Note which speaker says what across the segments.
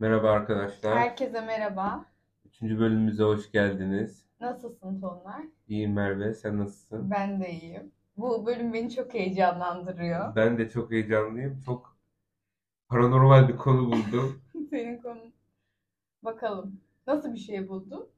Speaker 1: Merhaba arkadaşlar.
Speaker 2: Herkese merhaba.
Speaker 1: Üçüncü bölümümüze hoş geldiniz.
Speaker 2: Nasılsın Tonlar?
Speaker 1: İyiyim Merve, sen nasılsın?
Speaker 2: Ben de iyiyim. Bu bölüm beni çok heyecanlandırıyor.
Speaker 1: Ben de çok heyecanlıyım. Çok paranormal bir konu buldum.
Speaker 2: Senin konu... Bakalım. Nasıl bir şey buldun?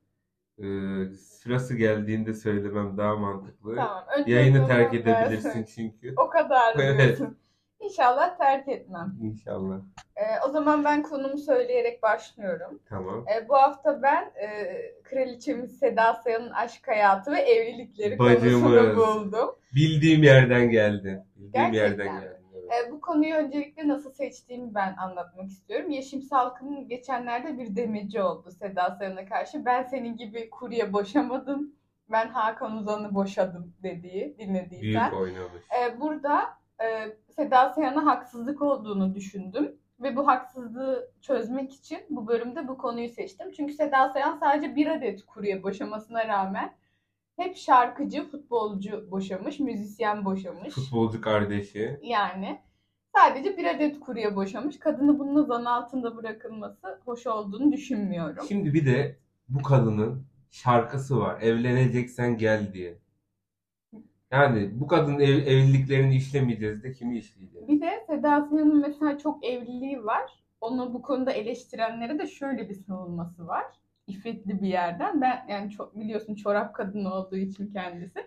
Speaker 1: Ee, sırası geldiğinde söylemem daha mantıklı.
Speaker 2: Tamam. Önce
Speaker 1: Yayını
Speaker 2: o
Speaker 1: terk
Speaker 2: kadar-
Speaker 1: edebilirsin çünkü.
Speaker 2: O kadar
Speaker 1: Evet.
Speaker 2: diyorsun. İnşallah terk etmem.
Speaker 1: İnşallah.
Speaker 2: Ee, o zaman ben konumu söyleyerek başlıyorum.
Speaker 1: Tamam.
Speaker 2: Ee, bu hafta ben e, kraliçemiz Seda Sayan'ın aşk hayatı ve evlilikleri konusunu
Speaker 1: Bacımız.
Speaker 2: buldum.
Speaker 1: Bildiğim yerden geldin. Bildiğim
Speaker 2: Gerçekten
Speaker 1: yerden
Speaker 2: mi?
Speaker 1: geldin. evet.
Speaker 2: E, bu konuyu öncelikle nasıl seçtiğimi ben anlatmak istiyorum. Yeşim Salkın geçenlerde bir demeci oldu Seda Sayan'a karşı. Ben senin gibi kurye boşamadım. Ben Hakan Uzan'ı boşadım dediği, dinlediysen.
Speaker 1: Büyük oynamış.
Speaker 2: E, burada e, Seda Sayan'a haksızlık olduğunu düşündüm. Ve bu haksızlığı çözmek için bu bölümde bu konuyu seçtim. Çünkü Seda Sayan sadece bir adet kurye boşamasına rağmen hep şarkıcı, futbolcu boşamış, müzisyen boşamış.
Speaker 1: Futbolcu kardeşi.
Speaker 2: Yani sadece bir adet kurye boşamış. Kadını bununla zan altında bırakılması hoş olduğunu düşünmüyorum.
Speaker 1: Şimdi bir de bu kadının şarkısı var. Evleneceksen gel diye. Yani bu kadın ev- evliliklerini işlemeyeceğiz de kimi işleyeceğiz?
Speaker 2: Bir de Seda Sayan'ın mesela çok evliliği var. Onu bu konuda eleştirenlere de şöyle bir savunması var. İffetli bir yerden. Ben yani çok biliyorsun çorap kadını olduğu için kendisi.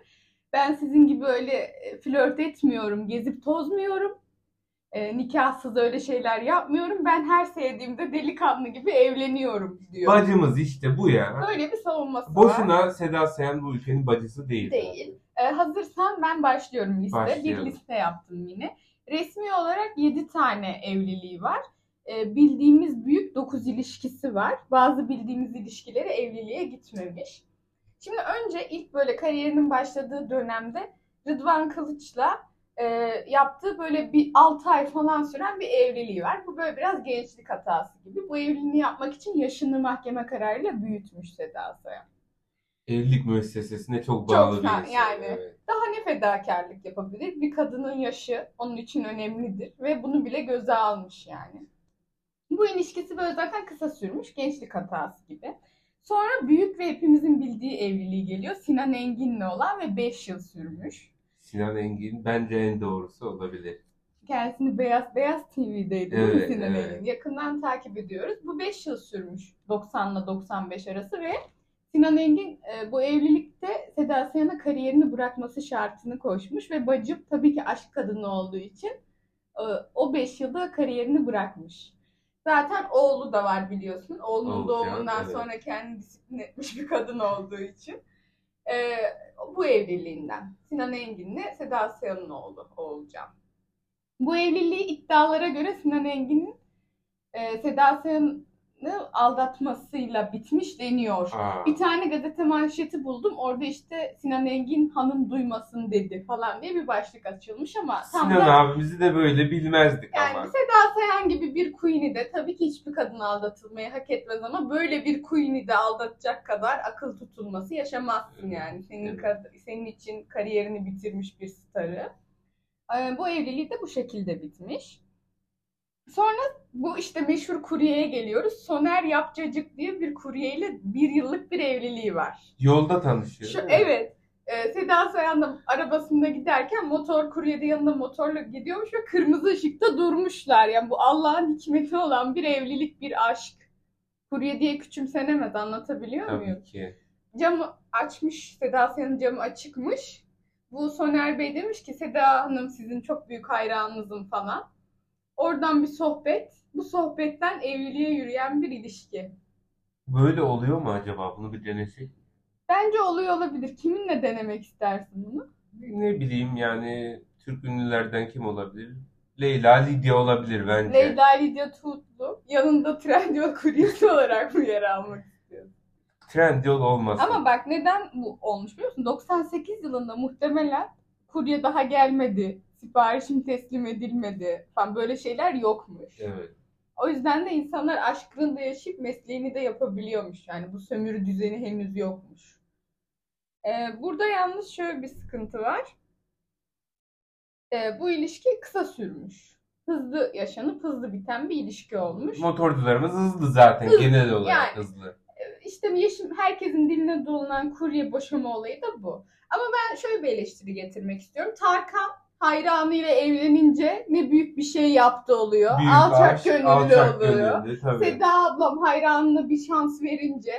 Speaker 2: Ben sizin gibi öyle e, flört etmiyorum, gezip tozmuyorum. E, nikahsız öyle şeyler yapmıyorum. Ben her sevdiğimde delikanlı gibi evleniyorum diyor.
Speaker 1: Bacımız işte bu ya.
Speaker 2: Böyle bir savunması var.
Speaker 1: Boşuna Seda Sayan bu ülkenin bacısı değil.
Speaker 2: Değil. Ee, hazırsan ben başlıyorum liste.
Speaker 1: Başlayalım.
Speaker 2: Bir liste yaptım yine. Resmi olarak 7 tane evliliği var. Ee, bildiğimiz büyük 9 ilişkisi var. Bazı bildiğimiz ilişkileri evliliğe gitmemiş. Şimdi önce ilk böyle kariyerinin başladığı dönemde Rıdvan Kılıç'la e, yaptığı böyle bir 6 ay falan süren bir evliliği var. Bu böyle biraz gençlik hatası gibi. Bu evliliğini yapmak için yaşını mahkeme kararıyla büyütmüş Seda Sayan.
Speaker 1: Evlilik müessesesine çok bağlı
Speaker 2: Çok
Speaker 1: bir
Speaker 2: sen-
Speaker 1: insan.
Speaker 2: yani.
Speaker 1: evet.
Speaker 2: daha ne fedakarlık yapabilir? Bir kadının yaşı onun için önemlidir ve bunu bile göze almış yani. Bu ilişkisi böyle zaten kısa sürmüş gençlik hatası gibi. Sonra büyük ve hepimizin bildiği evliliği geliyor. Sinan Engin'le olan ve 5 yıl sürmüş.
Speaker 1: Sinan Engin bence en doğrusu olabilir.
Speaker 2: Kendisini Beyaz Beyaz TV'deydi değil mi
Speaker 1: Evet,
Speaker 2: Sinan
Speaker 1: evet.
Speaker 2: Engin? Yakından takip ediyoruz. Bu 5 yıl sürmüş 90'la 95 arası ve Sinan Engin e, bu evlilikte Seda Sayan'a kariyerini bırakması şartını koşmuş ve bacım tabii ki aşk kadını olduğu için e, o 5 yılda kariyerini bırakmış. Zaten oğlu da var biliyorsun. Oğlunun
Speaker 1: Oğlu,
Speaker 2: doğumundan
Speaker 1: evet.
Speaker 2: sonra kendini disiplin etmiş bir kadın olduğu için. E, bu evliliğinden. Sinan Engin'le Seda Sayan'ın oğlu Oğulcan. Bu evliliği iddialara göre Sinan Engin'in e, Seda Sayan'ı aldatmasıyla bitmiş deniyor.
Speaker 1: Aa,
Speaker 2: Bir tane gazete manşeti buldum. Orada işte Sinan Engin hanım duymasın dedi falan diye bir başlık açılmış ama tam
Speaker 1: Sinan
Speaker 2: da
Speaker 1: abimizi de böyle bilmezdik
Speaker 2: yani
Speaker 1: ama.
Speaker 2: Seda Sayan gibi bir queen'i de tabii ki hiçbir kadın aldatılmayı hak etmez ama böyle bir queen'i de aldatacak kadar akıl tutulması yaşamazsın yani. Senin
Speaker 1: Evet.
Speaker 2: kad- senin için kariyerini bitirmiş bir starı. Ee, bu evliliği de bu şekilde bitmiş. Sonra bu işte meşhur kuryeye geliyoruz. Soner Yapcacık diye bir kuryeyle bir yıllık bir evliliği var.
Speaker 1: Yolda tanışıyor.
Speaker 2: Şu,
Speaker 1: değil mi?
Speaker 2: evet. Ee, Seda Sayan da arabasında giderken motor kuryede yanında motorla gidiyormuş ve kırmızı ışıkta durmuşlar. Yani bu Allah'ın hikmeti olan bir evlilik, bir aşk. Kurye diye küçümsenemez anlatabiliyor muyum?
Speaker 1: Tabii ki.
Speaker 2: Camı açmış, Seda Sayan'ın camı açıkmış. Bu Soner Bey demiş ki Seda Hanım sizin çok büyük hayranınızım falan. Oradan bir sohbet. Bu sohbetten evliliğe yürüyen bir ilişki.
Speaker 1: Böyle oluyor mu acaba? Bunu bir denesek.
Speaker 2: Bence oluyor olabilir. Kiminle denemek istersin bunu?
Speaker 1: Ne bileyim yani Türk ünlülerden kim olabilir? Leyla Lidya olabilir bence.
Speaker 2: Leyla Lidya Tuğutlu yanında Trendyol kuryesi olarak bu yer almak.
Speaker 1: Trendyol olmasın.
Speaker 2: Ama bak neden bu olmuş biliyor musun? 98 yılında muhtemelen kurye daha gelmedi, siparişim teslim edilmedi falan böyle şeyler yokmuş.
Speaker 1: Evet.
Speaker 2: O yüzden de insanlar aşkını da yaşayıp mesleğini de yapabiliyormuş. Yani bu sömürü düzeni henüz yokmuş. Ee, burada yalnız şöyle bir sıkıntı var. Ee, bu ilişki kısa sürmüş. hızlı yaşanıp hızlı biten bir ilişki olmuş.
Speaker 1: Motorcularımız hızlı zaten
Speaker 2: Hızlı,
Speaker 1: genel olarak
Speaker 2: yani.
Speaker 1: hızlı.
Speaker 2: İşte yeşim, herkesin diline dolanan kurye boşama olayı da bu. Ama ben şöyle bir eleştiri getirmek istiyorum. Tarkan hayranıyla evlenince ne büyük bir şey yaptı oluyor.
Speaker 1: Büyük
Speaker 2: alçak
Speaker 1: aşk,
Speaker 2: gönüllü
Speaker 1: alçak
Speaker 2: oluyor.
Speaker 1: gönüllü, tabii.
Speaker 2: Seda ablam hayranına bir şans verince,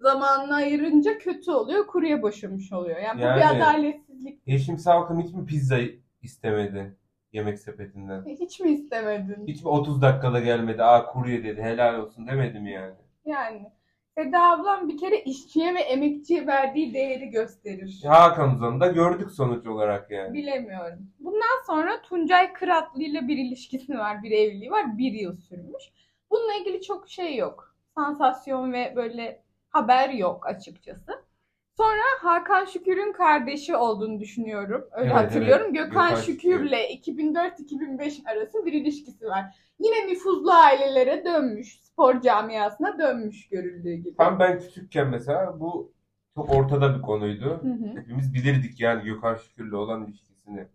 Speaker 2: zamanını ayırınca kötü oluyor, kurye boşamış oluyor. Yani, bu bir
Speaker 1: Yani-
Speaker 2: adaletsizlik.
Speaker 1: Yeşim Salkım hiç mi pizza istemedi yemek sepetinden?
Speaker 2: Hiç mi istemedin?
Speaker 1: Hiç mi 30 dakikada gelmedi? Aa kurye dedi helal olsun demedi mi yani?
Speaker 2: Yani Seda ablam bir kere işçiye ve emekçiye verdiği değeri gösterir.
Speaker 1: Hakan Uzan'ı da gördük sonuç olarak yani.
Speaker 2: Bilemiyorum. Bundan sonra Tuncay Kıratlı ile bir ilişkisi var, bir evliliği var. Bir yıl sürmüş. Bununla ilgili çok şey yok. Sansasyon ve böyle haber yok açıkçası. Sonra Hakan Şükür'ün kardeşi olduğunu düşünüyorum. Öyle
Speaker 1: Evet,
Speaker 2: hatırlıyorum.
Speaker 1: evet.
Speaker 2: Gökhan,
Speaker 1: Gökhan
Speaker 2: Şükür'le 2004-2005 arası bir ilişkisi var. Yine nüfuzlu ailelere dönmüş. Spor camiasına dönmüş görüldüğü gibi.
Speaker 1: Tam ben küçükken mesela bu çok ortada bir konuydu.
Speaker 2: Hı hı.
Speaker 1: Hepimiz bilirdik yani Gökhan Şükür'le olan ilişkisini.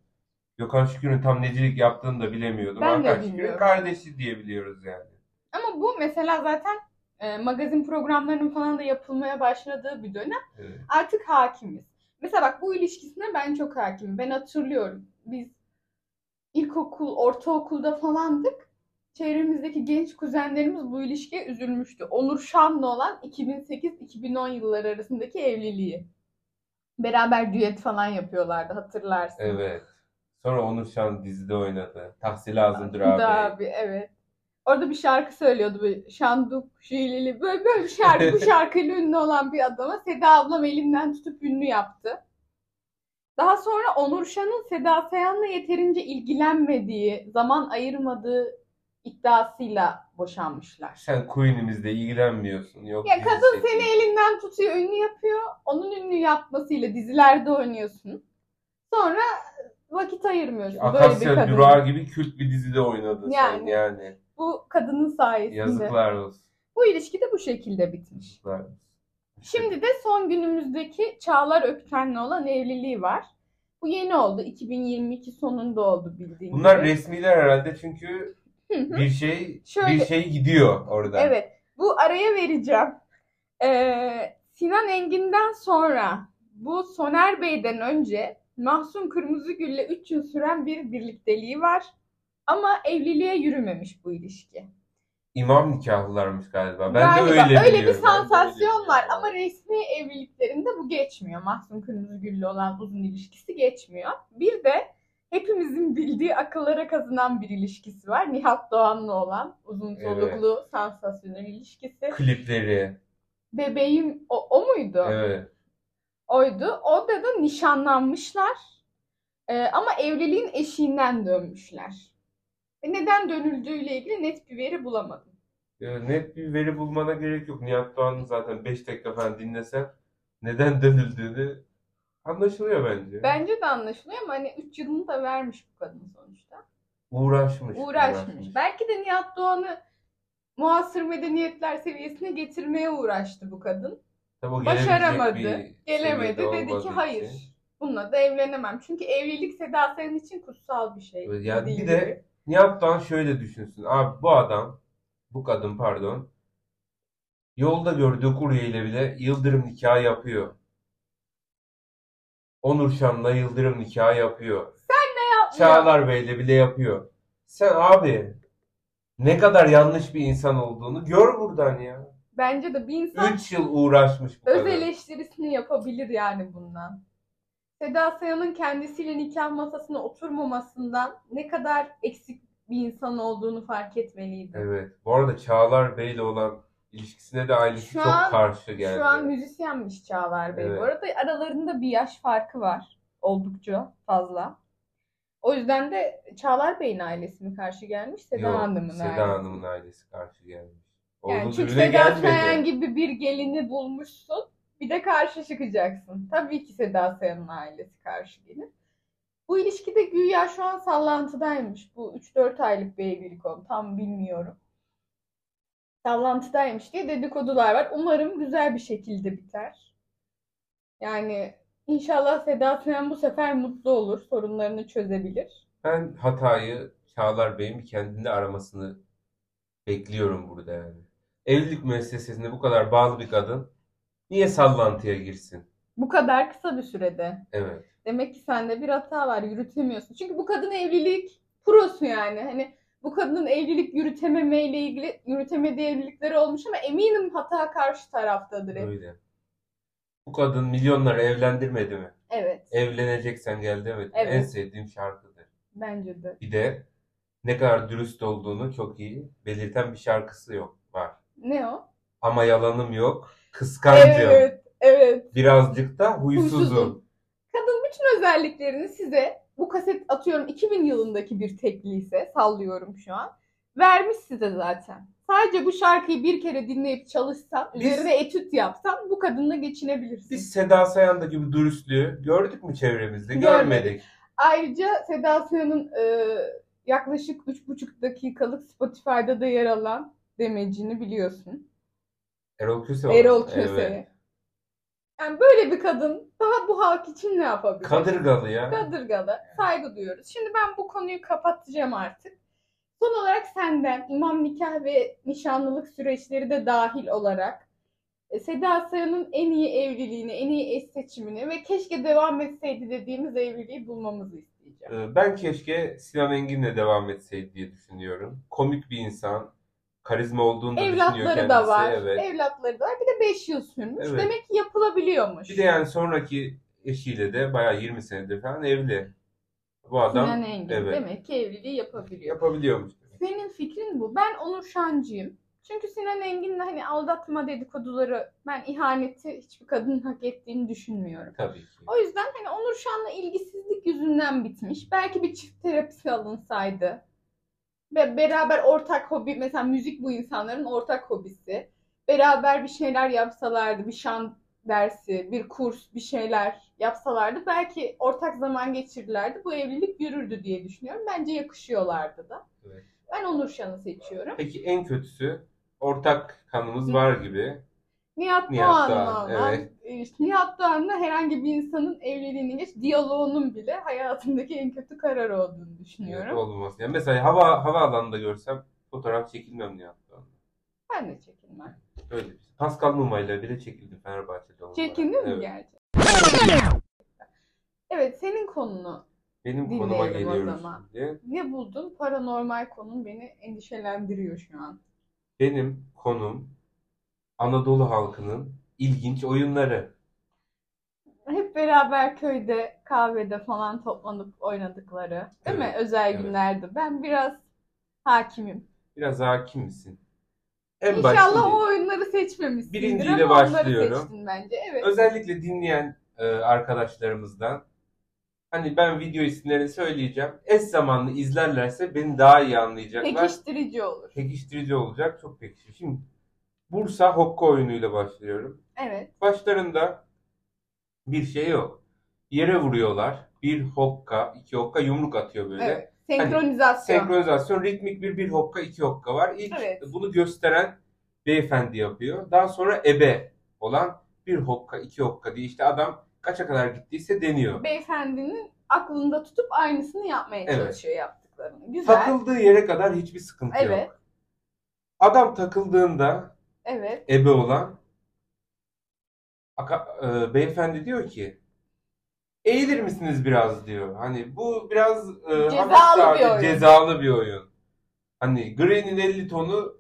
Speaker 1: Gökhan Şükür'ün tam necilik yaptığını da bilemiyordum.
Speaker 2: Ben de
Speaker 1: Hakan Şükür'ün
Speaker 2: bilmiyorum.
Speaker 1: kardeşi diyebiliyoruz yani.
Speaker 2: Ama bu mesela zaten e, magazin programlarının falan da yapılmaya başladığı bir dönem.
Speaker 1: Evet.
Speaker 2: Artık hakimiz. Mesela bak bu ilişkisine ben çok hakimim. Ben hatırlıyorum. Biz ilkokul, ortaokulda falandık. Çevremizdeki genç kuzenlerimiz bu ilişkiye üzülmüştü. Onur Şan'la olan 2008-2010 yılları arasındaki evliliği. Beraber düet falan yapıyorlardı hatırlarsın.
Speaker 1: Evet. Sonra Onur Şan dizide oynadı. Tahsil Azimdir abi.
Speaker 2: Da abi evet. Orada bir şarkı söylüyordu böyle Şanduk Jilili böyle böyle bir şarkı bu şarkıyla ünlü olan bir adama Seda ablam elinden tutup ünlü yaptı. Daha sonra Onur Şan'ın Seda Sayan'la yeterince ilgilenmediği, zaman ayırmadığı iddiasıyla boşanmışlar.
Speaker 1: Sen Queen'imizle ilgilenmiyorsun. Yok şey
Speaker 2: Ya
Speaker 1: dizi
Speaker 2: kadın
Speaker 1: çekiyor.
Speaker 2: seni elinden tutuyor, ünlü yapıyor. Onun ünlü yapmasıyla dizilerde oynuyorsun. Sonra vakit ayırmıyorsun. böyle bir
Speaker 1: Akasya
Speaker 2: kadın.
Speaker 1: Durağı gibi kült bir dizide oynadın sen
Speaker 2: Yani.
Speaker 1: yani.
Speaker 2: Bu kadının sayesinde.
Speaker 1: Yazıklar olsun.
Speaker 2: Bu ilişki de bu şekilde bitmiş.
Speaker 1: Yazıklar olsun.
Speaker 2: Şimdi de son günümüzdeki Çağlar Ökten'le olan evliliği var. Bu yeni oldu. 2022 sonunda oldu bildiğin
Speaker 1: Bunlar
Speaker 2: gibi.
Speaker 1: resmiler herhalde çünkü
Speaker 2: Hı hı.
Speaker 1: bir şey bir
Speaker 2: Şöyle-
Speaker 1: şey gidiyor orada.
Speaker 2: Evet. Bu araya vereceğim. Ee, Sinan Engin'den sonra bu Soner Bey'den önce Mahsun Kırmızıgül'le 3 yıl süren bir birlikteliği var. Ama evliliğe yürümemiş bu ilişki.
Speaker 1: İmam nikahlılarmış galiba. Ben
Speaker 2: Galiba
Speaker 1: de öyle biliyorum. Ben
Speaker 2: bir
Speaker 1: de öyle
Speaker 2: sansasyon
Speaker 1: biliyorum.
Speaker 2: var ama resmi evliliklerinde bu geçmiyor. Mahsun Kırmızıgül'le olan uzun ilişkisi geçmiyor. Bir de hepimizin bildiği akıllara kazınan bir ilişkisi var. Nihat Doğan'la olan uzun
Speaker 1: Evet.
Speaker 2: soluklu sansasyonel ilişkisi.
Speaker 1: klipleri.
Speaker 2: Bebeğim o, o muydu?
Speaker 1: Evet.
Speaker 2: Oydu. Onda da nişanlanmışlar. Ee, ama evliliğin eşiğinden dönmüşler. Ve neden dönüldüğüyle ilgili net bir veri bulamadım.
Speaker 1: Ya Net bir veri bulmana gerek yok. Nihat Doğan'ın zaten 5 dakika falan dinlesen neden dönüldüğünü anlaşılıyor bence.
Speaker 2: Bence de anlaşılıyor ama hani 3 yılını da vermiş bu kadın sonuçta.
Speaker 1: Uğraşmış.
Speaker 2: Uğraşmış. Belki de Nihat Doğan'ı muasır medeniyetler seviyesine getirmeye uğraştı bu kadın.
Speaker 1: Tabii o gelebilecek
Speaker 2: Başaramadı.
Speaker 1: bir
Speaker 2: Gelemedi.
Speaker 1: seviyede
Speaker 2: Dedi ki
Speaker 1: olmadığı
Speaker 2: hayır.
Speaker 1: için.
Speaker 2: Bununla da evlenemem. Çünkü evlilik Seda Sayan için kutsal bir şey.
Speaker 1: Evet, yani
Speaker 2: Dediği
Speaker 1: bir de-
Speaker 2: gibi.
Speaker 1: Nihat Doğan şöyle düşünsün. Abi bu adam, bu kadın pardon, yolda gördüğü kuryeyle bile yıldırım nikahı yapıyor. Onur Şan'la yıldırım nikahı yapıyor. Çağlar Bey'le bile yapıyor. Sen abi ne kadar yanlış bir insan olduğunu gör buradan ya.
Speaker 2: Bence de bir insan
Speaker 1: 3 yıl uğraşmış bu kadın.
Speaker 2: öz eleştirisini yapabilir yani bundan. Seda Sayan'ın kendisiyle nikah masasına oturmamasından ne kadar eksik bir insan olduğunu fark etmeliydi.
Speaker 1: Evet. Bu arada Çağlar Bey'le olan ilişkisine de ailesi
Speaker 2: Şu
Speaker 1: çok
Speaker 2: an-
Speaker 1: karşı geldi.
Speaker 2: Şu an müzisyenmiş Çağlar Bey.
Speaker 1: Evet.
Speaker 2: Bu arada aralarında bir yaş farkı var. Oldukça fazla. O yüzden de Çağlar Bey'in ailesi mi karşı gelmiş? Seda
Speaker 1: Yok,
Speaker 2: Hanım'ın
Speaker 1: Seda
Speaker 2: ailesi.
Speaker 1: Hanım'ın ailesi karşı gelmiş. Orada
Speaker 2: Yani çünkü
Speaker 1: düğüne
Speaker 2: Seda Sayan gibi bir gelini bulmuşsun. Bir de karşı çıkacaksın. Tabii ki Seda Sayan'ın ailesi karşı gelir. Bu ilişkide güya şu an sallantıdaymış. Bu 3-4 aylık bir evlilik oldu. Tam bilmiyorum. Sallantıdaymış diye dedikodular var. Umarım güzel bir şekilde biter. Yani inşallah Seda Sayan bu sefer mutlu olur. Sorunlarını çözebilir.
Speaker 1: Ben hatayı Çağlar Bey'in bir kendini aramasını bekliyorum burada yani. Evlilik müessesesinde bu kadar bağlı bir kadın niye sallantıya girsin?
Speaker 2: Bu kadar kısa bir sürede.
Speaker 1: Evet.
Speaker 2: Demek ki sende bir hata var yürütemiyorsun. Çünkü bu kadın evlilik prosu yani. Hani bu kadının evlilik yürütememeyle ilgili yürütemediği evlilikleri olmuş ama eminim hata karşı taraftadır. hep.
Speaker 1: Öyle. Bu kadın milyonları evlendirmedi mi?
Speaker 2: Evet.
Speaker 1: Evleneceksen gel demedi. mi?
Speaker 2: Evet.
Speaker 1: En sevdiğim şarkıdır.
Speaker 2: Bence de.
Speaker 1: Bir de ne kadar dürüst olduğunu çok iyi belirten bir şarkısı yok var.
Speaker 2: Ne o?
Speaker 1: Ama yalanım yok. Kıskancım.
Speaker 2: Evet. Evet.
Speaker 1: Birazcık da huysuzum.
Speaker 2: Huysuzum. Kadın bütün özelliklerini size bu kaset atıyorum 2000 yılındaki bir tekliyse sallıyorum şu an. Vermiş size zaten. Sadece bu şarkıyı bir kere dinleyip çalışsan,
Speaker 1: Biz-
Speaker 2: üzerine etüt yapsan bu kadınla geçinebilirsin.
Speaker 1: Biz Seda Sayan'daki bu dürüstlüğü gördük mü çevremizde?
Speaker 2: Görmedik.
Speaker 1: Görmedik.
Speaker 2: Ayrıca Seda Sayan'ın e, yaklaşık 3,5 dakikalık Spotify'da da yer alan demecini biliyorsun.
Speaker 1: Erol Köse var.
Speaker 2: Erol Köse'ye.
Speaker 1: Evet.
Speaker 2: Yani böyle bir kadın daha bu halk için ne yapabilir?
Speaker 1: Kadırgalı ya.
Speaker 2: Kadırgalı. Saygı duyuyoruz. Şimdi ben bu konuyu kapatacağım artık. Son olarak senden imam nikah ve nişanlılık süreçleri de dahil olarak e, Seda Sayan'ın en iyi evliliğini, en iyi eş seçimini ve keşke devam etseydi dediğimiz evliliği bulmamızı isteyeceğim.
Speaker 1: Ee, Ben keşke Sinan Engin'le devam etseydi diye düşünüyorum. Komik bir insan. Karizma olduğunu da düşünüyor
Speaker 2: Evlatları
Speaker 1: kendisi.
Speaker 2: da var.
Speaker 1: Evet.
Speaker 2: Evlatları da var. Bir de 5 yıl sürmüş.
Speaker 1: Evet.
Speaker 2: Demek ki yapılabiliyormuş.
Speaker 1: Bir de yani sonraki eşiyle de bayağı 20 senedir falan evli. Bu adam
Speaker 2: Sinan Engin.
Speaker 1: evet.
Speaker 2: Demek ki evliliği yapabiliyor.
Speaker 1: yapabiliyormuş.
Speaker 2: Senin fikrin bu. Ben Onur Şancı'yım. Çünkü Sinan Engin'le hani aldatma dedikoduları, ben ihaneti hiçbir kadının hak ettiğini düşünmüyorum.
Speaker 1: Tabii ki.
Speaker 2: O yüzden hani Onur Şan'la ilgisizlik yüzünden bitmiş. Belki bir çift terapisi alınsaydı. Ve beraber ortak hobi, mesela müzik bu insanların ortak hobisi. Beraber bir şeyler yapsalardı, bir şan dersi, bir kurs, bir şeyler yapsalardı. Belki ortak zaman geçirirlerdi. Bu evlilik yürürdü diye düşünüyorum. Bence yakışıyorlardı da.
Speaker 1: Evet.
Speaker 2: Ben Onur Şan'ı seçiyorum.
Speaker 1: Peki en kötüsü ortak kanımız var gibi.
Speaker 2: Nihat,
Speaker 1: Nihat
Speaker 2: Doğan'la
Speaker 1: Doğan,
Speaker 2: olan,
Speaker 1: evet.
Speaker 2: e, Nihat Doğan'la herhangi bir insanın evliliğini geç, diyaloğunun bile hayatımdaki en kötü karar olduğunu düşünüyorum.
Speaker 1: Olmaz. Yani mesela hava havaalanında görsem fotoğraf çekilmem diye hatta.
Speaker 2: Ben de çekinmem.
Speaker 1: Öyle bir şey. Pascal Numa ile bile çekildi Fenerbahçe'de. olarak.
Speaker 2: Çekindin mi
Speaker 1: Evet.
Speaker 2: gerçekten? Evet senin konunu
Speaker 1: Benim
Speaker 2: Dinleyelim
Speaker 1: konuma
Speaker 2: o
Speaker 1: geliyoruz
Speaker 2: zaman.
Speaker 1: şimdi.
Speaker 2: ne buldun? Paranormal konun beni endişelendiriyor şu an.
Speaker 1: Benim konum Anadolu halkının ilginç oyunları.
Speaker 2: Hep beraber köyde kahvede falan toplanıp oynadıkları değil mi?
Speaker 1: Evet,
Speaker 2: Özel
Speaker 1: evet.
Speaker 2: günlerde. Ben biraz hakimim.
Speaker 1: Biraz hakim misin? En
Speaker 2: İnşallah
Speaker 1: başta-
Speaker 2: o oyunları seçmemişsindir
Speaker 1: Birinciyle
Speaker 2: ama onları
Speaker 1: başlıyorum.
Speaker 2: seçtin bence. Evet.
Speaker 1: özellikle dinleyen e, arkadaşlarımızdan hani ben video isimlerini söyleyeceğim. Eş zamanlı izlerlerse beni daha iyi anlayacaklar.
Speaker 2: Pekiştirici olur.
Speaker 1: Pekiştirici olacak. Çok pekiştirici. Şimdi Bursa Hokka oyunuyla başlıyorum.
Speaker 2: Evet.
Speaker 1: Başlarında bir şey yok. Yere vuruyorlar. Bir hokka, iki hokka yumruk atıyor böyle.
Speaker 2: Evet. Senkronizasyon.
Speaker 1: Senkronizasyon ritmik bir bir hokka iki hokka var. İlk
Speaker 2: Evet.
Speaker 1: bunu gösteren beyefendi yapıyor. Daha sonra ebe olan bir hokka iki hokka diye işte adam kaça kadar gittiyse deniyor.
Speaker 2: Beyefendinin aklında tutup aynısını yapmaya
Speaker 1: Evet.
Speaker 2: çalışıyor yaptıklarını. Güzel.
Speaker 1: Takıldığı yere kadar hiçbir sıkıntı
Speaker 2: Evet.
Speaker 1: yok. Adam takıldığında
Speaker 2: Evet.
Speaker 1: ebe olan aka- e, beyefendi diyor ki eğilir misiniz biraz diyor. Hani bu biraz e, hafif
Speaker 2: Cezalı
Speaker 1: daha-
Speaker 2: bir oyun.
Speaker 1: cezalı bir oyun. Hani Green'in 50 tonu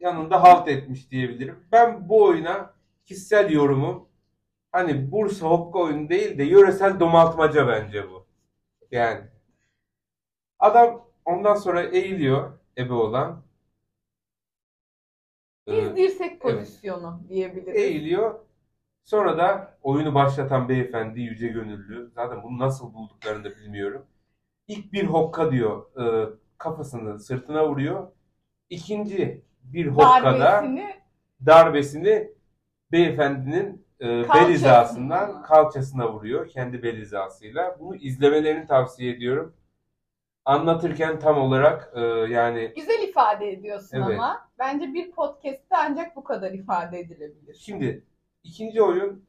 Speaker 1: yanında halt etmiş diyebilirim. Ben bu oyuna kişisel yorumum hani Bursa Hokka oyunu değil de yöresel domaltmaca bence bu. Yani adam ondan sonra eğiliyor ebe olan. Ee,
Speaker 2: Biz dirsek pozisyonu diyebiliriz.
Speaker 1: eğiliyor. Sonra da oyunu başlatan beyefendi yüce gönüllü. Zaten bunu nasıl bulduklarını da bilmiyorum. İlk bir hokka diyor e, kafasını sırtına vuruyor. İkinci bir hokkada
Speaker 2: Darbesini
Speaker 1: darbesini beyefendinin e, bel
Speaker 2: Kalçasına.
Speaker 1: hizasından kalçasına vuruyor. Kendi bel hizasıyla. Bunu izlemelerini tavsiye ediyorum. Anlatırken tam olarak e, yani
Speaker 2: güzel ifade ediyorsun
Speaker 1: Evet.
Speaker 2: ama bence bir podcast'te ancak bu kadar ifade edilebilir.
Speaker 1: Şimdi ikinci oyun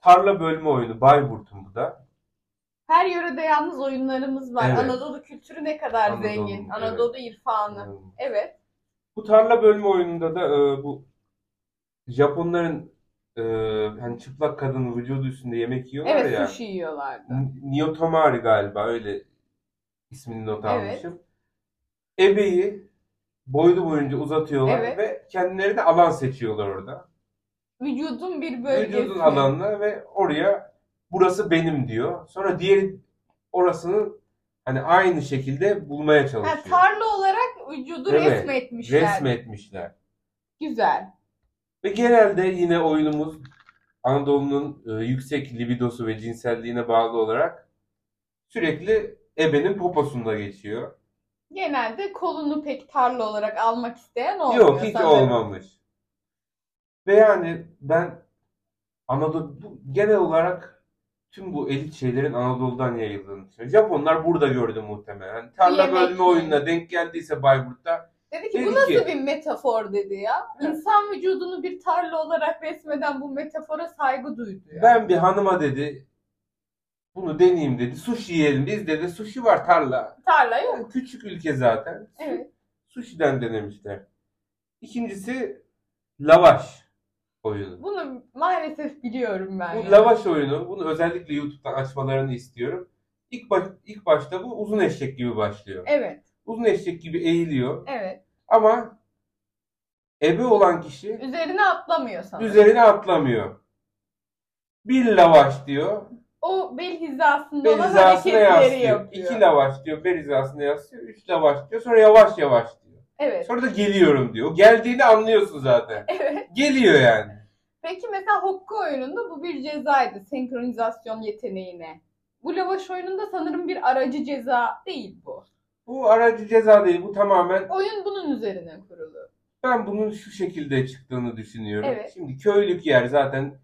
Speaker 1: tarla bölme oyunu Bayburt'un bu da.
Speaker 2: Her yörede yalnız oyunlarımız var.
Speaker 1: Evet.
Speaker 2: Anadolu kültürü ne kadar
Speaker 1: Anadolu,
Speaker 2: zengin.
Speaker 1: evet.
Speaker 2: Anadolu irfanı.
Speaker 1: Hmm.
Speaker 2: Evet.
Speaker 1: Bu tarla bölme oyununda da e, bu Japonların e, hani çıplak kadın vücudu üstünde yemek yiyorlar
Speaker 2: Evet
Speaker 1: ya.
Speaker 2: sushi yiyorlardı.
Speaker 1: N- Niyotomari galiba öyle ismini not
Speaker 2: Evet.
Speaker 1: almışım. Ebeyi boylu boyunca uzatıyorlar
Speaker 2: Evet.
Speaker 1: ve kendileri de alan seçiyorlar orada.
Speaker 2: Vücudun bir bölgesi.
Speaker 1: Vücudun alanına ve oraya burası benim diyor. Sonra diğer orasını hani aynı şekilde bulmaya
Speaker 2: Ha,
Speaker 1: çalışıyor.
Speaker 2: tarla olarak vücudu
Speaker 1: Evet,
Speaker 2: resmetmişler.
Speaker 1: Resmetmişler.
Speaker 2: Güzel.
Speaker 1: Ve genelde yine oyunumuz Anadolu'nun e, yüksek libidosu ve cinselliğine bağlı olarak sürekli ebenin poposunda geçiyor.
Speaker 2: Genelde kolunu pek tarla olarak almak isteyen olmuyor.
Speaker 1: Yok hiç
Speaker 2: sanırım.
Speaker 1: olmamış. Ve yani ben Anadolu bu- genel olarak tüm bu elit şeylerin Anadolu'dan yayıldığını düşünüyorum. Japonlar burada gördü muhtemelen. Hani Tarla
Speaker 2: Yemek
Speaker 1: bölme
Speaker 2: yiyor.
Speaker 1: oyununa denk geldiyse Bayburt'ta
Speaker 2: Dedi ki
Speaker 1: Dedi
Speaker 2: bu nasıl
Speaker 1: ki-
Speaker 2: bir metafor dedi ya. İnsan vücudunu bir tarla olarak resmeden bu metafora saygı duydu ya.
Speaker 1: ben bir hanıma dedi bunu deneyeyim dedi. Sushi yiyelim. Biz dedi sushi var tarla.
Speaker 2: Tarla yok.
Speaker 1: Yani küçük ülke zaten. Su-
Speaker 2: Evet.
Speaker 1: Sushi'den denemişler. İkincisi lavaş oyunu.
Speaker 2: Bunu maalesef biliyorum ben.
Speaker 1: Bu
Speaker 2: ya.
Speaker 1: lavaş oyunu, bunu özellikle YouTube'dan açmalarını istiyorum. İlk, baş, ilk başta bu uzun eşek gibi başlıyor.
Speaker 2: Evet,
Speaker 1: Uzun eşek gibi eğiliyor
Speaker 2: evet.
Speaker 1: ama ebe olan kişi
Speaker 2: Üzerine atlamıyor sanırım.
Speaker 1: üzerine atlamıyor. Bir lavaş diyor,
Speaker 2: O bel hizasında
Speaker 1: bel
Speaker 2: olan
Speaker 1: hizasına
Speaker 2: hareketleri
Speaker 1: yaslıyor.
Speaker 2: yapıyor.
Speaker 1: İki lavaş diyor, bel hizasına yaslıyor. Üç lavaş diyor, sonra yavaş yavaş diyor.
Speaker 2: Evet,
Speaker 1: Sonra da geliyorum diyor. Geldiğini anlıyorsun zaten.
Speaker 2: evet.
Speaker 1: Geliyor yani.
Speaker 2: Peki mesela hokka oyununda bu bir cezaydı senkronizasyon yeteneğine. Bu lavaş oyununda sanırım bir aracı ceza değil bu.
Speaker 1: Bu aracı ceza değil. Bu tamamen
Speaker 2: Oyun bunun üzerine kurulu.
Speaker 1: ben bunun şu şekilde çıktığını düşünüyorum.
Speaker 2: Evet.
Speaker 1: Şimdi köylük yer zaten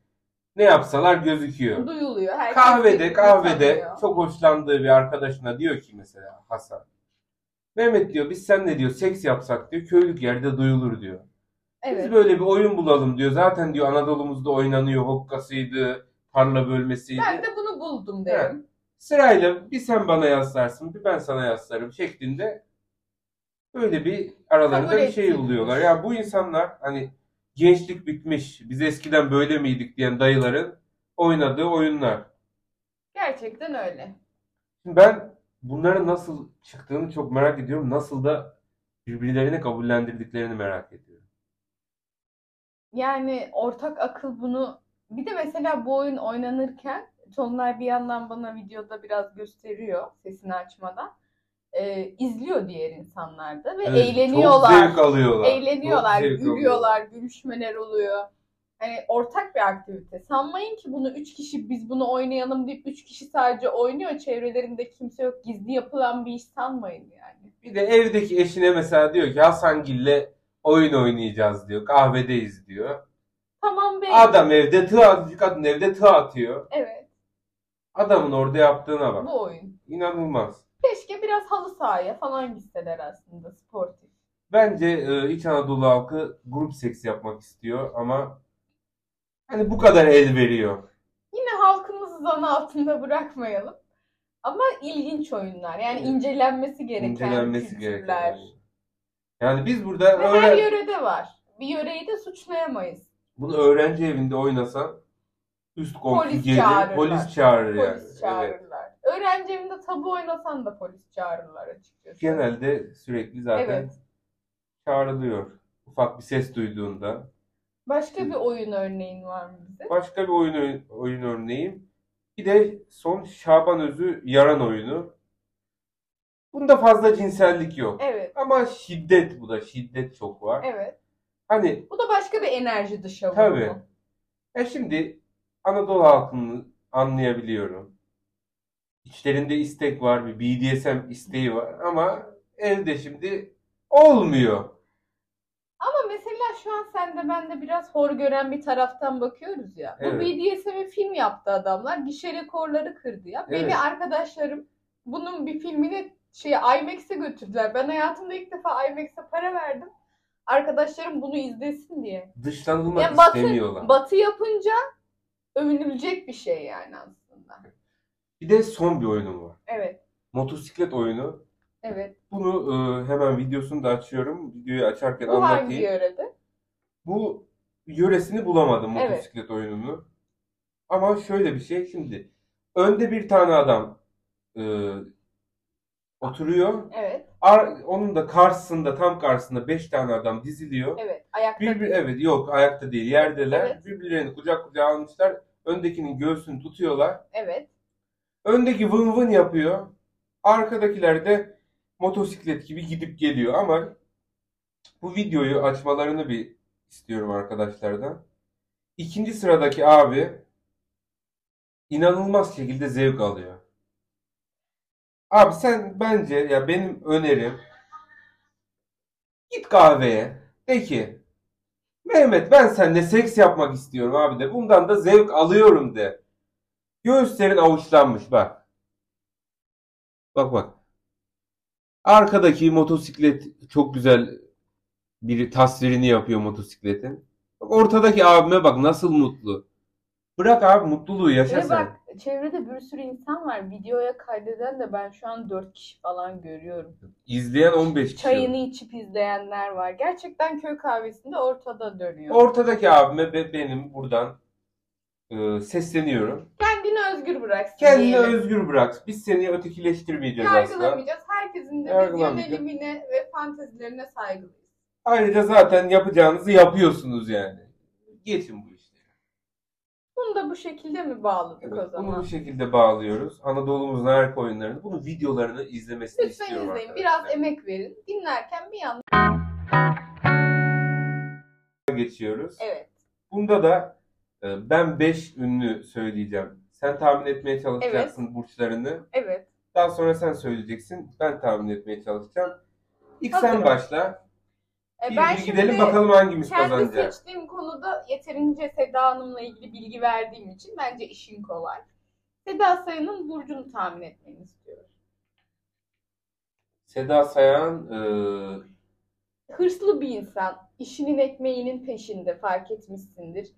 Speaker 1: ne yapsalar gözüküyor.
Speaker 2: Duyuluyor. Herkes
Speaker 1: Kahvede
Speaker 2: birbirini
Speaker 1: kahvede
Speaker 2: tanıyor.
Speaker 1: çok hoşlandığı bir arkadaşına diyor ki mesela Hasan. Mehmet diyor biz seninle diyor seks yapsak diyor köylük yerde duyulur diyor. Biz
Speaker 2: Evet.
Speaker 1: böyle bir oyun bulalım diyor. Zaten diyor Anadolu'muzda oynanıyor. Hokkasıydı, tarla bölmesiydi.
Speaker 2: Ben de bunu buldum
Speaker 1: Evet.
Speaker 2: derim.
Speaker 1: sırayla bir sen bana yaslarsın, bir ben sana yaslarım şeklinde böyle bir aralarında
Speaker 2: Kabul
Speaker 1: bir şey
Speaker 2: ettim.
Speaker 1: buluyorlar. Ya bu insanlar hani gençlik bitmiş, biz eskiden böyle miydik diyen dayıların oynadığı oyunlar.
Speaker 2: Gerçekten öyle.
Speaker 1: Şimdi ben bunların nasıl çıktığını çok merak ediyorum. Nasıl da birbirlerine kabullendirdiklerini merak ediyorum.
Speaker 2: Yani ortak akıl bunu bir de mesela bu oyun oynanırken Tonlay bir yandan bana videoda biraz gösteriyor sesini açmadan. Ee, izliyor diğer insanlar da ve
Speaker 1: Evet,
Speaker 2: eğleniyorlar.
Speaker 1: Çok zevk alıyorlar.
Speaker 2: Eğleniyorlar,
Speaker 1: Çok zevk alıyorlar.
Speaker 2: gülüyorlar, gülüşmeler oluyor. Hani ortak bir aktivite. Sanmayın ki bunu üç kişi biz bunu oynayalım deyip üç kişi sadece oynuyor. Çevrelerinde kimse yok. Gizli yapılan bir iş sanmayın yani.
Speaker 1: Bir de evdeki eşine mesela diyor ki Hasan Gil'le oyun oynayacağız diyor. Kahvedeyiz diyor.
Speaker 2: Tamam be.
Speaker 1: Adam evde tığ atıyor, kadın evde tığ atıyor.
Speaker 2: Evet,
Speaker 1: Adamın orada yaptığına bak.
Speaker 2: bu oyun.
Speaker 1: İnanılmaz.
Speaker 2: Keşke biraz halı sahaya falan gitseler aslında sportif.
Speaker 1: Bence e, İç Anadolu halkı grup seks yapmak istiyor ama hani bu kadar el veriyor.
Speaker 2: Yine halkımızı zan altında bırakmayalım. Ama ilginç oyunlar. Yani
Speaker 1: Evet.
Speaker 2: incelenmesi gereken
Speaker 1: İncelenmesi
Speaker 2: kültürler.
Speaker 1: gereken. Yani biz burada
Speaker 2: Ve her
Speaker 1: öğren-
Speaker 2: yörede var. Bir yöreyi de suçlayamayız.
Speaker 1: bunu öğrenci evinde oynasan üst komşu
Speaker 2: Polis
Speaker 1: gelir,
Speaker 2: çağırırlar.
Speaker 1: polis çağırır yani.
Speaker 2: Polis çağırırlar. Öğrenci evinde tabu oynasan da polis çağırırlar açıkçası.
Speaker 1: Evet. Genelde sürekli zaten
Speaker 2: Evet.
Speaker 1: çağrılıyor. Ufak bir ses duyduğunda.
Speaker 2: Başka bir oyun örneğin var mı bize?
Speaker 1: Başka bir oyun ö- oyun örneğim. Bir de son Şaban Özü Yaran oyunu. Bunda fazla cinsellik yok.
Speaker 2: Evet.
Speaker 1: Ama şiddet bu da. Şiddet çok var.
Speaker 2: Evet.
Speaker 1: Hani
Speaker 2: Bu da başka bir enerji dışa vurumu.
Speaker 1: tabii. E şimdi Anadolu halkını anlayabiliyorum. İçlerinde istek var. Bir BDSM isteği var. Ama evde şimdi olmuyor.
Speaker 2: Ama mesela şu an sen de ben de biraz hor gören bir taraftan bakıyoruz ya.
Speaker 1: Evet.
Speaker 2: Bu BDSM'i film yaptı adamlar. Gişe rekorları kırdı ya.
Speaker 1: Evet.
Speaker 2: Beni arkadaşlarım bunun bir filmini şey IMAX'e götürdüler. Ben hayatımda ilk defa IMAX'e para verdim. Arkadaşlarım bunu izlesin diye.
Speaker 1: Dışlanılmak
Speaker 2: Ya batı-
Speaker 1: istemiyorlar.
Speaker 2: Batı yapınca övünülecek bir şey yani aslında.
Speaker 1: Bir de son bir oyunum var.
Speaker 2: Evet.
Speaker 1: Motosiklet oyunu.
Speaker 2: Evet.
Speaker 1: Bunu e, hemen videosunu da açıyorum. Videoyu açarken
Speaker 2: Bu
Speaker 1: anlatayım.
Speaker 2: hangi yörede?
Speaker 1: Bu yöresini bulamadım
Speaker 2: Evet.
Speaker 1: motosiklet oyununu. Ama şöyle bir şey şimdi. Önde bir tane adam e, oturuyor.
Speaker 2: Evet.
Speaker 1: Ar- onun da karşısında tam karşısında beş tane adam diziliyor.
Speaker 2: Evet. Ayakta.
Speaker 1: Bir, bir- evet yok ayakta değil yerdeler.
Speaker 2: Evet.
Speaker 1: Birbirlerini kucak kucağa almışlar. Öndekinin göğsünü tutuyorlar.
Speaker 2: Evet.
Speaker 1: Öndeki vın vın yapıyor. Arkadakiler de motosiklet gibi gidip geliyor ama bu videoyu açmalarını bir istiyorum arkadaşlardan. İkinci sıradaki abi inanılmaz şekilde zevk alıyor. Abi sen bence ya benim önerim git kahveye de ki Mehmet ben seninle seks yapmak istiyorum abi de bundan da zevk alıyorum de. Göğüslerin avuçlanmış bak. Bak bak. Arkadaki motosiklet çok güzel bir tasvirini yapıyor motosikletin. Bak ortadaki abime bak nasıl mutlu. Bırak abi mutluluğu yaşa
Speaker 2: Ve
Speaker 1: sen.
Speaker 2: bak çevrede bir sürü insan var. Videoya kaydeden de ben şu an 4 kişi falan görüyorum.
Speaker 1: İzleyen 15 kişi.
Speaker 2: Çayını içip izleyenler var. Gerçekten köy kahvesinde ortada dönüyor.
Speaker 1: Ortadaki abime ve benim buradan e, sesleniyorum.
Speaker 2: Kendini özgür bıraksın.
Speaker 1: Kendini
Speaker 2: diyelim.
Speaker 1: özgür bırak. Biz seni ötekileştirmeyeceğiz asla.
Speaker 2: Yargılamayacağız. Herkesin de biz
Speaker 1: Yargılamayacağız.
Speaker 2: yönelimine ve fantezilerine saygılıyız.
Speaker 1: Ayrıca zaten yapacağınızı yapıyorsunuz yani. Geçin bu işleri.
Speaker 2: Bunu da bu şekilde mi bağladık
Speaker 1: Evet,
Speaker 2: o
Speaker 1: bunu bu
Speaker 2: zaman?
Speaker 1: şekilde bağlıyoruz. Anadolu'muzun her oyunlarını, bunun videolarını izlemesini
Speaker 2: Lütfen
Speaker 1: istiyorum
Speaker 2: izleyin.
Speaker 1: arkadaşlar.
Speaker 2: Biraz emek verin. Dinlerken bir yandan...
Speaker 1: geçiyoruz.
Speaker 2: Evet.
Speaker 1: Bunda da e, ben 5 ünlü söyleyeceğim. Sen tahmin etmeye çalışacaksın burçlarını.
Speaker 2: Evet.
Speaker 1: Daha sonra sen söyleyeceksin. Ben tahmin etmeye çalışacağım. İlk sen
Speaker 2: Hazırım.
Speaker 1: başla.
Speaker 2: E,
Speaker 1: Bir,
Speaker 2: ben
Speaker 1: bir
Speaker 2: şimdi
Speaker 1: gidelim bakalım hangimiz
Speaker 2: kendi
Speaker 1: kazanacak.
Speaker 2: seçtiğim konuda yeterince Seda Hanım'la ilgili bilgi verdiğim için bence işin kolay. Seda Sayın'ın burcunu tahmin etmeni istiyorum.
Speaker 1: Seda Sayan e,
Speaker 2: hırslı bir insan. işinin ekmeğinin peşinde fark etmişsindir.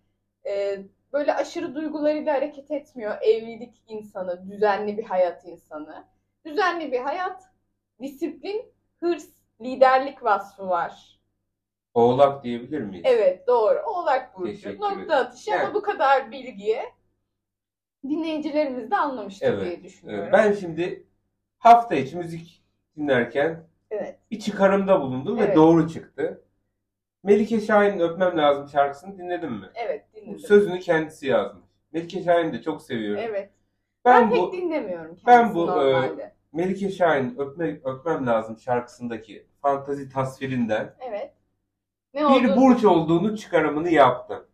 Speaker 2: Ee, böyle aşırı duygularıyla hareket etmiyor. Evlilik insanı, düzenli bir hayat insanı. Düzenli bir hayat, disiplin, hırs, liderlik vasfı var.
Speaker 1: Oğlak diyebilir miyiz?
Speaker 2: Evet doğru. Oğlak Burcu.
Speaker 1: Teşekkür
Speaker 2: Nokta
Speaker 1: ederim.
Speaker 2: atışı
Speaker 1: Yani-
Speaker 2: ama bu kadar bilgiye dinleyicilerimiz de anlamıştır
Speaker 1: Evet,
Speaker 2: diye düşünüyorum.
Speaker 1: E, Ben şimdi hafta içi müzik dinlerken
Speaker 2: Evet.
Speaker 1: bir çıkarımda bulundum ve
Speaker 2: Evet.
Speaker 1: doğru çıktı. Melike Şahin'in Öpmem Lazım şarkısını dinledin mi?
Speaker 2: Evet dinledim.
Speaker 1: Sözünü kendisi yazmış. Melike Şahin'i de çok seviyorum.
Speaker 2: Evet. Ben,
Speaker 1: Ben bu
Speaker 2: pek dinlemiyorum
Speaker 1: ben
Speaker 2: kendisini
Speaker 1: bu, e,
Speaker 2: normalde.
Speaker 1: Melike Şahin'in Öpme, Öpmem Lazım şarkısındaki fantazi tasvirinden
Speaker 2: Evet. Ne
Speaker 1: bir
Speaker 2: oldu?
Speaker 1: burç olduğunu çıkarımını yaptım.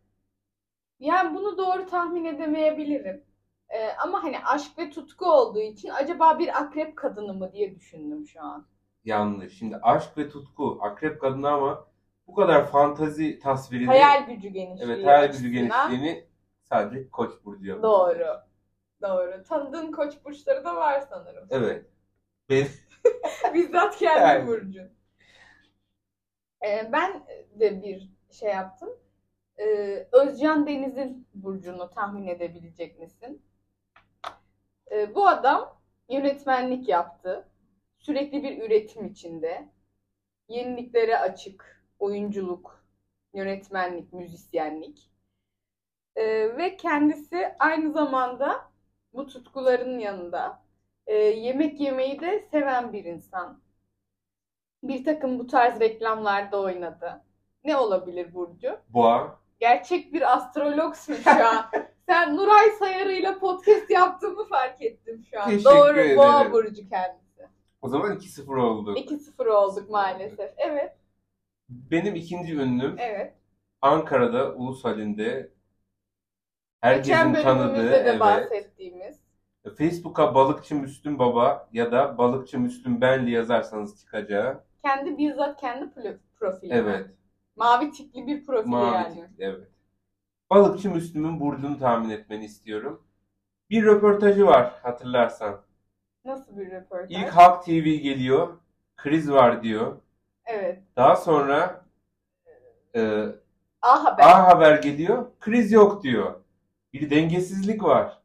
Speaker 2: Yani bunu doğru tahmin edemeyebilirim. Ee, ama hani aşk ve tutku olduğu için acaba bir akrep kadını mı diye düşündüm şu an.
Speaker 1: Yanlış. Şimdi aşk ve tutku akrep kadını ama bu kadar fantazi tasvirini
Speaker 2: Hayal gücü genişliği.
Speaker 1: evet hayal gücü
Speaker 2: açısından.
Speaker 1: genişliğini sadece Koç burcu yapıyor.
Speaker 2: Doğru. Doğru. Tanıdığın koç burçları da var sanırım.
Speaker 1: Evet. Ben
Speaker 2: Bizzat kendi
Speaker 1: Yani.
Speaker 2: burcun. Ee, ben de bir şey yaptım. Ee, Özcan Deniz'in burcunu tahmin edebilecek misin? Ee, bu adam yönetmenlik yaptı. Sürekli bir üretim içinde. Yeniliklere açık. Oyunculuk, yönetmenlik, müzisyenlik. Ee, ve kendisi aynı zamanda bu tutkuların yanında e, yemek yemeyi de seven bir insan. Bir takım bu tarz reklamlarda oynadı. Ne olabilir Burcu?
Speaker 1: boğa.
Speaker 2: Gerçek bir astrologsun şu an. Sen Nuray Sayarı'yla podcast yaptığımı fark ettim şu an.
Speaker 1: Teşekkür
Speaker 2: Doğru,
Speaker 1: ederim.
Speaker 2: Boğa Burcu kendisi.
Speaker 1: O zaman 2-0 oldu.
Speaker 2: 2-0 olduk maalesef. Evet,
Speaker 1: Benim ikinci ünlüm
Speaker 2: evet.
Speaker 1: Ankara'da Ulus Halinde
Speaker 2: Geçen
Speaker 1: herkesin tanıdığı
Speaker 2: bölümümüzde de
Speaker 1: evet,
Speaker 2: bahsettiğimiz.
Speaker 1: Facebook'a Balıkçı Müslüm Baba ya da Balıkçı Müslüm Benli yazarsanız çıkacağı
Speaker 2: Kendi bizzat kendi pro- profili.
Speaker 1: evet
Speaker 2: Mavi tikli bir profil
Speaker 1: mavi
Speaker 2: yani.
Speaker 1: tikli, evet. Balıkçı Müslüm'ün burcunu tahmin etmeni istiyorum. Bir röportajı var hatırlarsan.
Speaker 2: Nasıl bir röportaj?
Speaker 1: İlk Halk TV geliyor. Kriz var diyor.
Speaker 2: Evet.
Speaker 1: Daha sonra e,
Speaker 2: A Haber.
Speaker 1: A Haber geliyor. Kriz yok diyor. Bir dengesizlik var.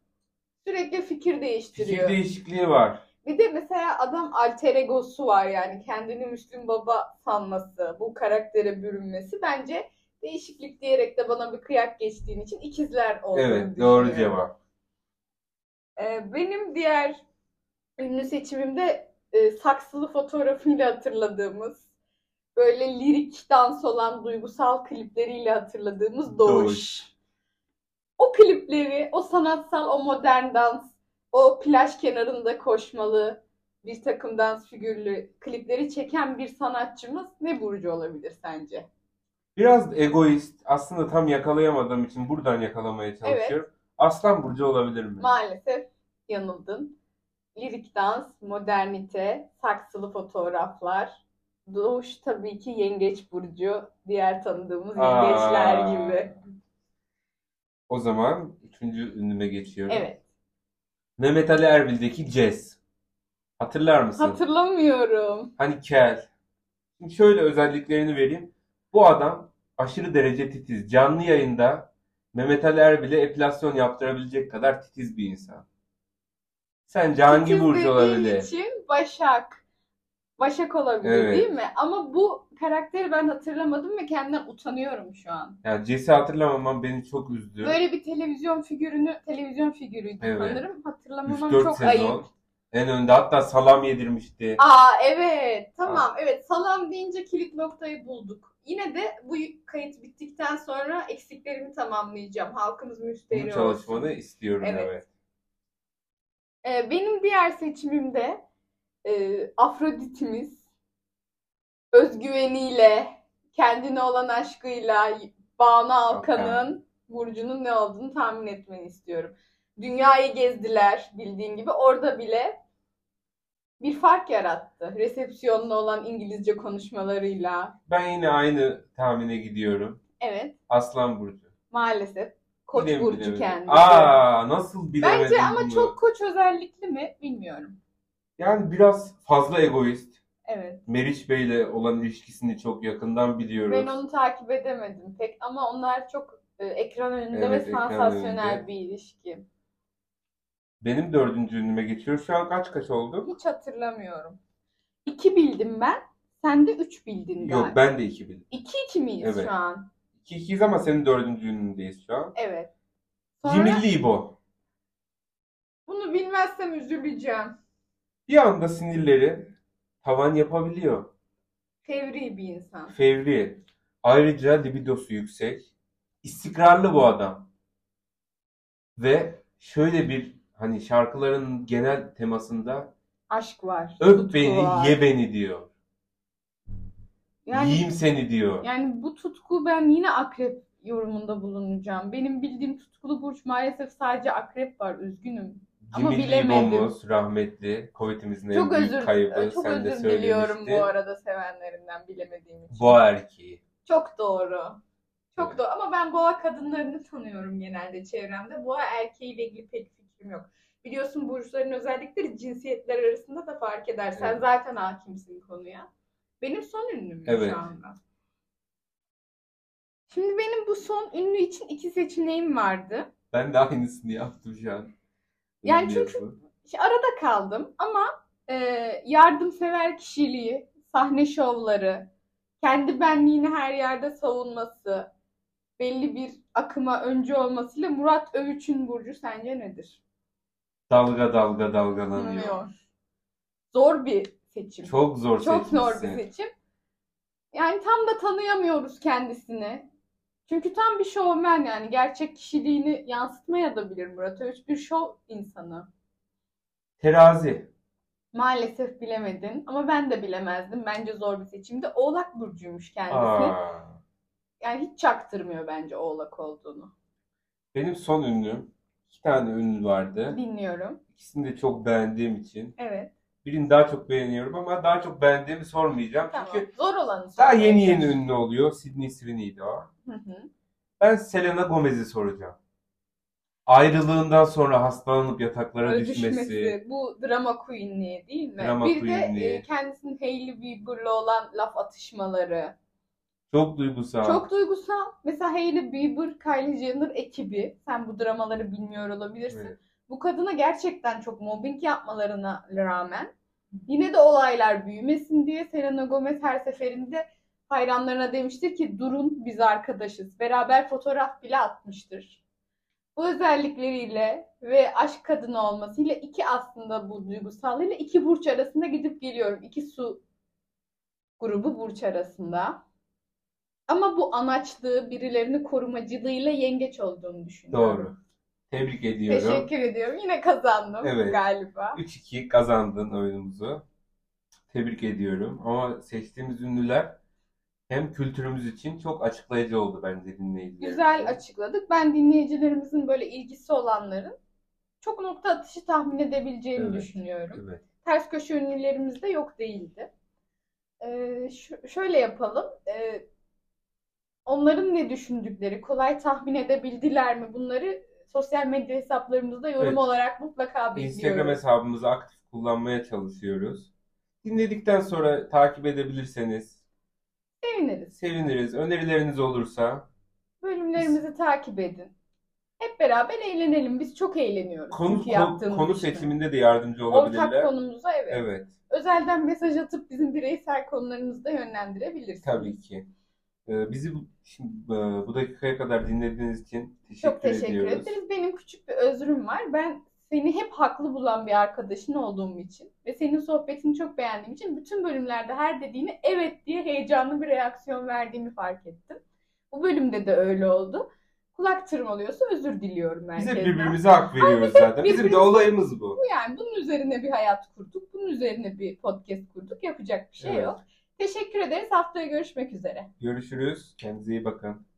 Speaker 2: Sürekli fikir değiştiriyor.
Speaker 1: Fikir değişikliği var.
Speaker 2: Bir de mesela adam alter egosu var yani kendini Müslüm Baba sanması, bu karaktere bürünmesi bence değişiklik diyerek de bana bir kıyak geçtiğin için ikizler olduğunu
Speaker 1: Evet doğru
Speaker 2: düşünüyorum.
Speaker 1: cevap.
Speaker 2: Ee, benim diğer ünlü seçimimde e, saksılı fotoğrafıyla hatırladığımız, böyle lirik dans olan duygusal klipleriyle hatırladığımız Doğuş.
Speaker 1: Doğuş.
Speaker 2: O klipleri, o sanatsal, o modern dans, o plaj kenarında koşmalı bir takım dans figürlü klipleri çeken bir sanatçımız ne burcu olabilir sence?
Speaker 1: Biraz egoist. Aslında tam yakalayamadığım için buradan yakalamaya çalışıyorum. Aslan Burcu olabilir mi?
Speaker 2: Maalesef yanıldın. Lirik dans, modernite, saksılı fotoğraflar. Doğuş tabii ki yengeç burcu, diğer tanıdığımız
Speaker 1: Aa.
Speaker 2: yengeçler gibi.
Speaker 1: O zaman üçüncü ünlüme geçiyorum.
Speaker 2: Evet.
Speaker 1: Mehmet Ali Erbil'deki Jazz. Hatırlar mısın?
Speaker 2: Hatırlamıyorum.
Speaker 1: Hani kel. Şimdi şöyle özelliklerini vereyim. Bu adam aşırı derece titiz. Canlı yayında Mehmet Ali Erbil'e epilasyon yaptırabilecek kadar titiz bir insan. Sence hangi
Speaker 2: Titiz
Speaker 1: burcu
Speaker 2: dediğin
Speaker 1: olabilir?
Speaker 2: için Başak. Başak olabilir
Speaker 1: Evet.
Speaker 2: değil mi? Ama bu karakteri ben hatırlamadım ve kendimden utanıyorum şu an.
Speaker 1: Yani Jess'i hatırlamamam beni çok üzdü.
Speaker 2: Böyle bir televizyon figürünü, televizyon figürüydü
Speaker 1: Evet.
Speaker 2: sanırım. Hatırlamamam
Speaker 1: 3-4
Speaker 2: çok
Speaker 1: sezon.
Speaker 2: ayıp.
Speaker 1: En önde hatta salam yedirmişti.
Speaker 2: Aa evet tamam evet salam deyince kilit noktayı bulduk. Yine de bu kayıt bittikten sonra eksiklerimi tamamlayacağım. Halkımız
Speaker 1: Bu
Speaker 2: müşteri olsun.
Speaker 1: çalışmanı istiyorum
Speaker 2: Evet.
Speaker 1: evet.
Speaker 2: Ee, benim diğer seçimimde e, Afrodit'imiz özgüveniyle, kendine olan aşkıyla Banu Alkan'ın burcunun ne olduğunu tahmin etmeni istiyorum. Dünyayı gezdiler bildiğin gibi. Orada bile bir fark yarattı. Resepsiyonla olan İngilizce konuşmalarıyla.
Speaker 1: Ben yine aynı tahmine gidiyorum.
Speaker 2: Evet,
Speaker 1: Aslan Burcu.
Speaker 2: maalesef. Koç
Speaker 1: Yine mi
Speaker 2: burcu
Speaker 1: bilemedim?
Speaker 2: kendisi.
Speaker 1: Aa nasıl bilemedin
Speaker 2: Bence ama
Speaker 1: bunu?
Speaker 2: çok koç özellikli mi bilmiyorum.
Speaker 1: Yani biraz fazla egoist.
Speaker 2: Evet.
Speaker 1: Meriç Bey'le olan ilişkisini çok yakından biliyoruz.
Speaker 2: Ben onu takip edemedim pek ama onlar çok e, ekran önünde
Speaker 1: Evet,
Speaker 2: ve
Speaker 1: ekran
Speaker 2: sansasyonel
Speaker 1: önünde.
Speaker 2: bir ilişki.
Speaker 1: Benim dördüncü ünlüme geçiyor. Şu an kaç kaç oldu?
Speaker 2: Hiç hatırlamıyorum. İki bildim ben. Sen de üç bildin
Speaker 1: Yok
Speaker 2: galiba.
Speaker 1: ben de iki bildim.
Speaker 2: İki iki miyiz
Speaker 1: Evet.
Speaker 2: şu an?
Speaker 1: İki ikiyiz ama senin dördüncü ünlündeyiz şu an.
Speaker 2: Evet. Sonra
Speaker 1: Cimri İbo.
Speaker 2: bunu bilmezsem üzüleceğim.
Speaker 1: Bir anda sinirleri tavan yapabiliyor.
Speaker 2: Fevri bir insan.
Speaker 1: Fevri. Ayrıca libidosu yüksek. İstikrarlı bu adam. Ve şöyle bir hani şarkıların genel temasında
Speaker 2: Aşk var.
Speaker 1: öp
Speaker 2: tutku
Speaker 1: beni,
Speaker 2: var.
Speaker 1: ye beni diyor.
Speaker 2: Yani,
Speaker 1: Yiyeyim seni diyor.
Speaker 2: yani bu tutku ben yine akrep yorumunda bulunacağım. Benim bildiğim tutkulu burç maalesef sadece akrep var. Üzgünüm. ama
Speaker 1: Cimri
Speaker 2: bilemedim.
Speaker 1: İbo'muz rahmetli. Covid'imizin en
Speaker 2: Çok
Speaker 1: büyük
Speaker 2: özür, e,
Speaker 1: kaybı.
Speaker 2: çok
Speaker 1: Sen de
Speaker 2: özür diliyorum bu
Speaker 1: söylemiştin.
Speaker 2: arada sevenlerimden bilemediğim için.
Speaker 1: Boğa erkeği.
Speaker 2: Çok doğru. Çok
Speaker 1: Evet.
Speaker 2: doğru ama ben boğa kadınlarını tanıyorum genelde çevremde. Boğa erkeğiyle ilgili pek fikrim yok. Biliyorsun burçların özellikleri cinsiyetler arasında da fark eder. Sen
Speaker 1: Evet.
Speaker 2: zaten hakimsin konuya. Benim son ünlüm
Speaker 1: Evet.
Speaker 2: şu anda. Şimdi benim bu son ünlü için iki seçeneğim vardı.
Speaker 1: Ben de aynısını yaptım şu an.
Speaker 2: Yani çünkü-
Speaker 1: Biliyorsun.
Speaker 2: İşte arada kaldım ama e, yardımsever kişiliği, sahne şovları, kendi benliğini her yerde savunması, belli bir akıma öncü olmasıyla Murat Övüç'ün burcu sence nedir?
Speaker 1: dalga dalga dalgalanıyor.
Speaker 2: Bilmiyorum. Zor bir seçim.
Speaker 1: Çok zor
Speaker 2: Çok zor bir
Speaker 1: seçmişsin.
Speaker 2: seçim. Yani tam da tanıyamıyoruz kendisini. Çünkü tam bir şovmen yani gerçek kişiliğini yansıtmaya da bilir Murat Övüç bir şov insanı.
Speaker 1: Terazi.
Speaker 2: Maalesef bilemedin ama ben de bilemezdim. Bence zor bir seçimdi. Oğlak burcuymuş kendisi.
Speaker 1: Aa.
Speaker 2: Yani hiç çaktırmıyor bence oğlak olduğunu.
Speaker 1: Benim son ünlüm, iki tane ünlü vardı.
Speaker 2: Dinliyorum.
Speaker 1: İkisini de çok beğendiğim için.
Speaker 2: Evet.
Speaker 1: Birini daha çok beğeniyorum ama daha çok beğendiğimi sormayacağım.
Speaker 2: Tamam.
Speaker 1: Çünkü
Speaker 2: Zor olanı
Speaker 1: daha
Speaker 2: sorayım.
Speaker 1: yeni yeni ünlü oluyor. Sydney Sweeney'di o.
Speaker 2: Hı hı.
Speaker 1: Ben Selena Gomez'i soracağım. Ayrılığından sonra hastalanıp yataklara
Speaker 2: Düşmesi.
Speaker 1: düşmesi.
Speaker 2: Bu drama queenliği değil mi?
Speaker 1: Drama
Speaker 2: bir de
Speaker 1: queenliği.
Speaker 2: e, kendisinin Hailey Bieber'la olan laf atışmaları.
Speaker 1: Çok duygusal.
Speaker 2: Çok duygusal. Mesela Hailey Bieber, Kylie Jenner ekibi. Sen bu dramaları bilmiyor olabilirsin.
Speaker 1: Evet.
Speaker 2: bu kadına gerçekten çok mobbing yapmalarına rağmen yine de olaylar büyümesin diye Selena Gomez her seferinde hayranlarına demiştir ki durun biz arkadaşız. Beraber fotoğraf bile atmıştır. Bu özellikleriyle ve aşk kadını olmasıyla iki aslında bu duygusallığıyla iki burç arasında gidip geliyorum. İki su grubu burç arasında. Ama bu anaçlığı birilerini korumacılığıyla yengeç olduğunu düşünüyorum.
Speaker 1: Doğru. Tebrik ediyorum.
Speaker 2: Teşekkür ediyorum. Yine kazandım
Speaker 1: Evet.
Speaker 2: galiba.
Speaker 1: 3-2 kazandın oyunumuzu. Tebrik ediyorum. Ama seçtiğimiz ünlüler hem kültürümüz için çok açıklayıcı oldu bence dinleyiciler.
Speaker 2: Güzel açıkladık. Ben dinleyicilerimizin böyle ilgisi olanların çok nokta atışı tahmin edebileceğimi
Speaker 1: Evet.
Speaker 2: düşünüyorum.
Speaker 1: Evet.
Speaker 2: Ters köşe ünlülerimiz de yok değildi. Ee, şu- şöyle yapalım. Ee, onların ne düşündükleri, kolay tahmin edebildiler mi bunları sosyal medya hesaplarımızda yorum
Speaker 1: Evet.
Speaker 2: olarak mutlaka
Speaker 1: Instagram
Speaker 2: bekliyoruz.
Speaker 1: hesabımızı aktif kullanmaya çalışıyoruz. Dinledikten sonra takip edebilirseniz
Speaker 2: Seviniriz.
Speaker 1: seviniriz. Önerileriniz olursa
Speaker 2: Bölümlerimizi takip edin. Hep beraber eğlenelim. Biz çok eğleniyoruz.
Speaker 1: konu
Speaker 2: çünkü
Speaker 1: konu,
Speaker 2: yaptığımız
Speaker 1: konu
Speaker 2: işte.
Speaker 1: seçiminde de yardımcı olabilirler.
Speaker 2: Ortak konumuza evet.
Speaker 1: Evet,
Speaker 2: Özelden mesaj atıp bizim bireysel konularımızı da yönlendirebilirsiniz.
Speaker 1: tabii ki. Ee, bizi bu, şimdi, e, bu dakikaya kadar dinlediğiniz için teşekkür,
Speaker 2: Çok teşekkür
Speaker 1: ediyoruz.
Speaker 2: ederiz. Benim küçük bir özrüm var. Ben seni hep haklı bulan bir arkadaşın olduğum için ve senin sohbetini çok beğendiğim için bütün bölümlerde her dediğini evet diye heyecanlı bir reaksiyon verdiğimi fark ettim. Bu bölümde de öyle oldu. Kulak tırmalıyorsa özür diliyorum
Speaker 1: Biz
Speaker 2: herkesten.
Speaker 1: hep birbirimize hak veriyoruz zaten. Bizim de
Speaker 2: birbirimize-
Speaker 1: olayımız bu.
Speaker 2: Yani bunun üzerine bir hayat kurduk. Bunun üzerine bir podcast kurduk. Yapacak bir şey
Speaker 1: Evet.
Speaker 2: yok. Teşekkür ederiz. Haftaya görüşmek üzere.
Speaker 1: Görüşürüz. Kendinize iyi bakın.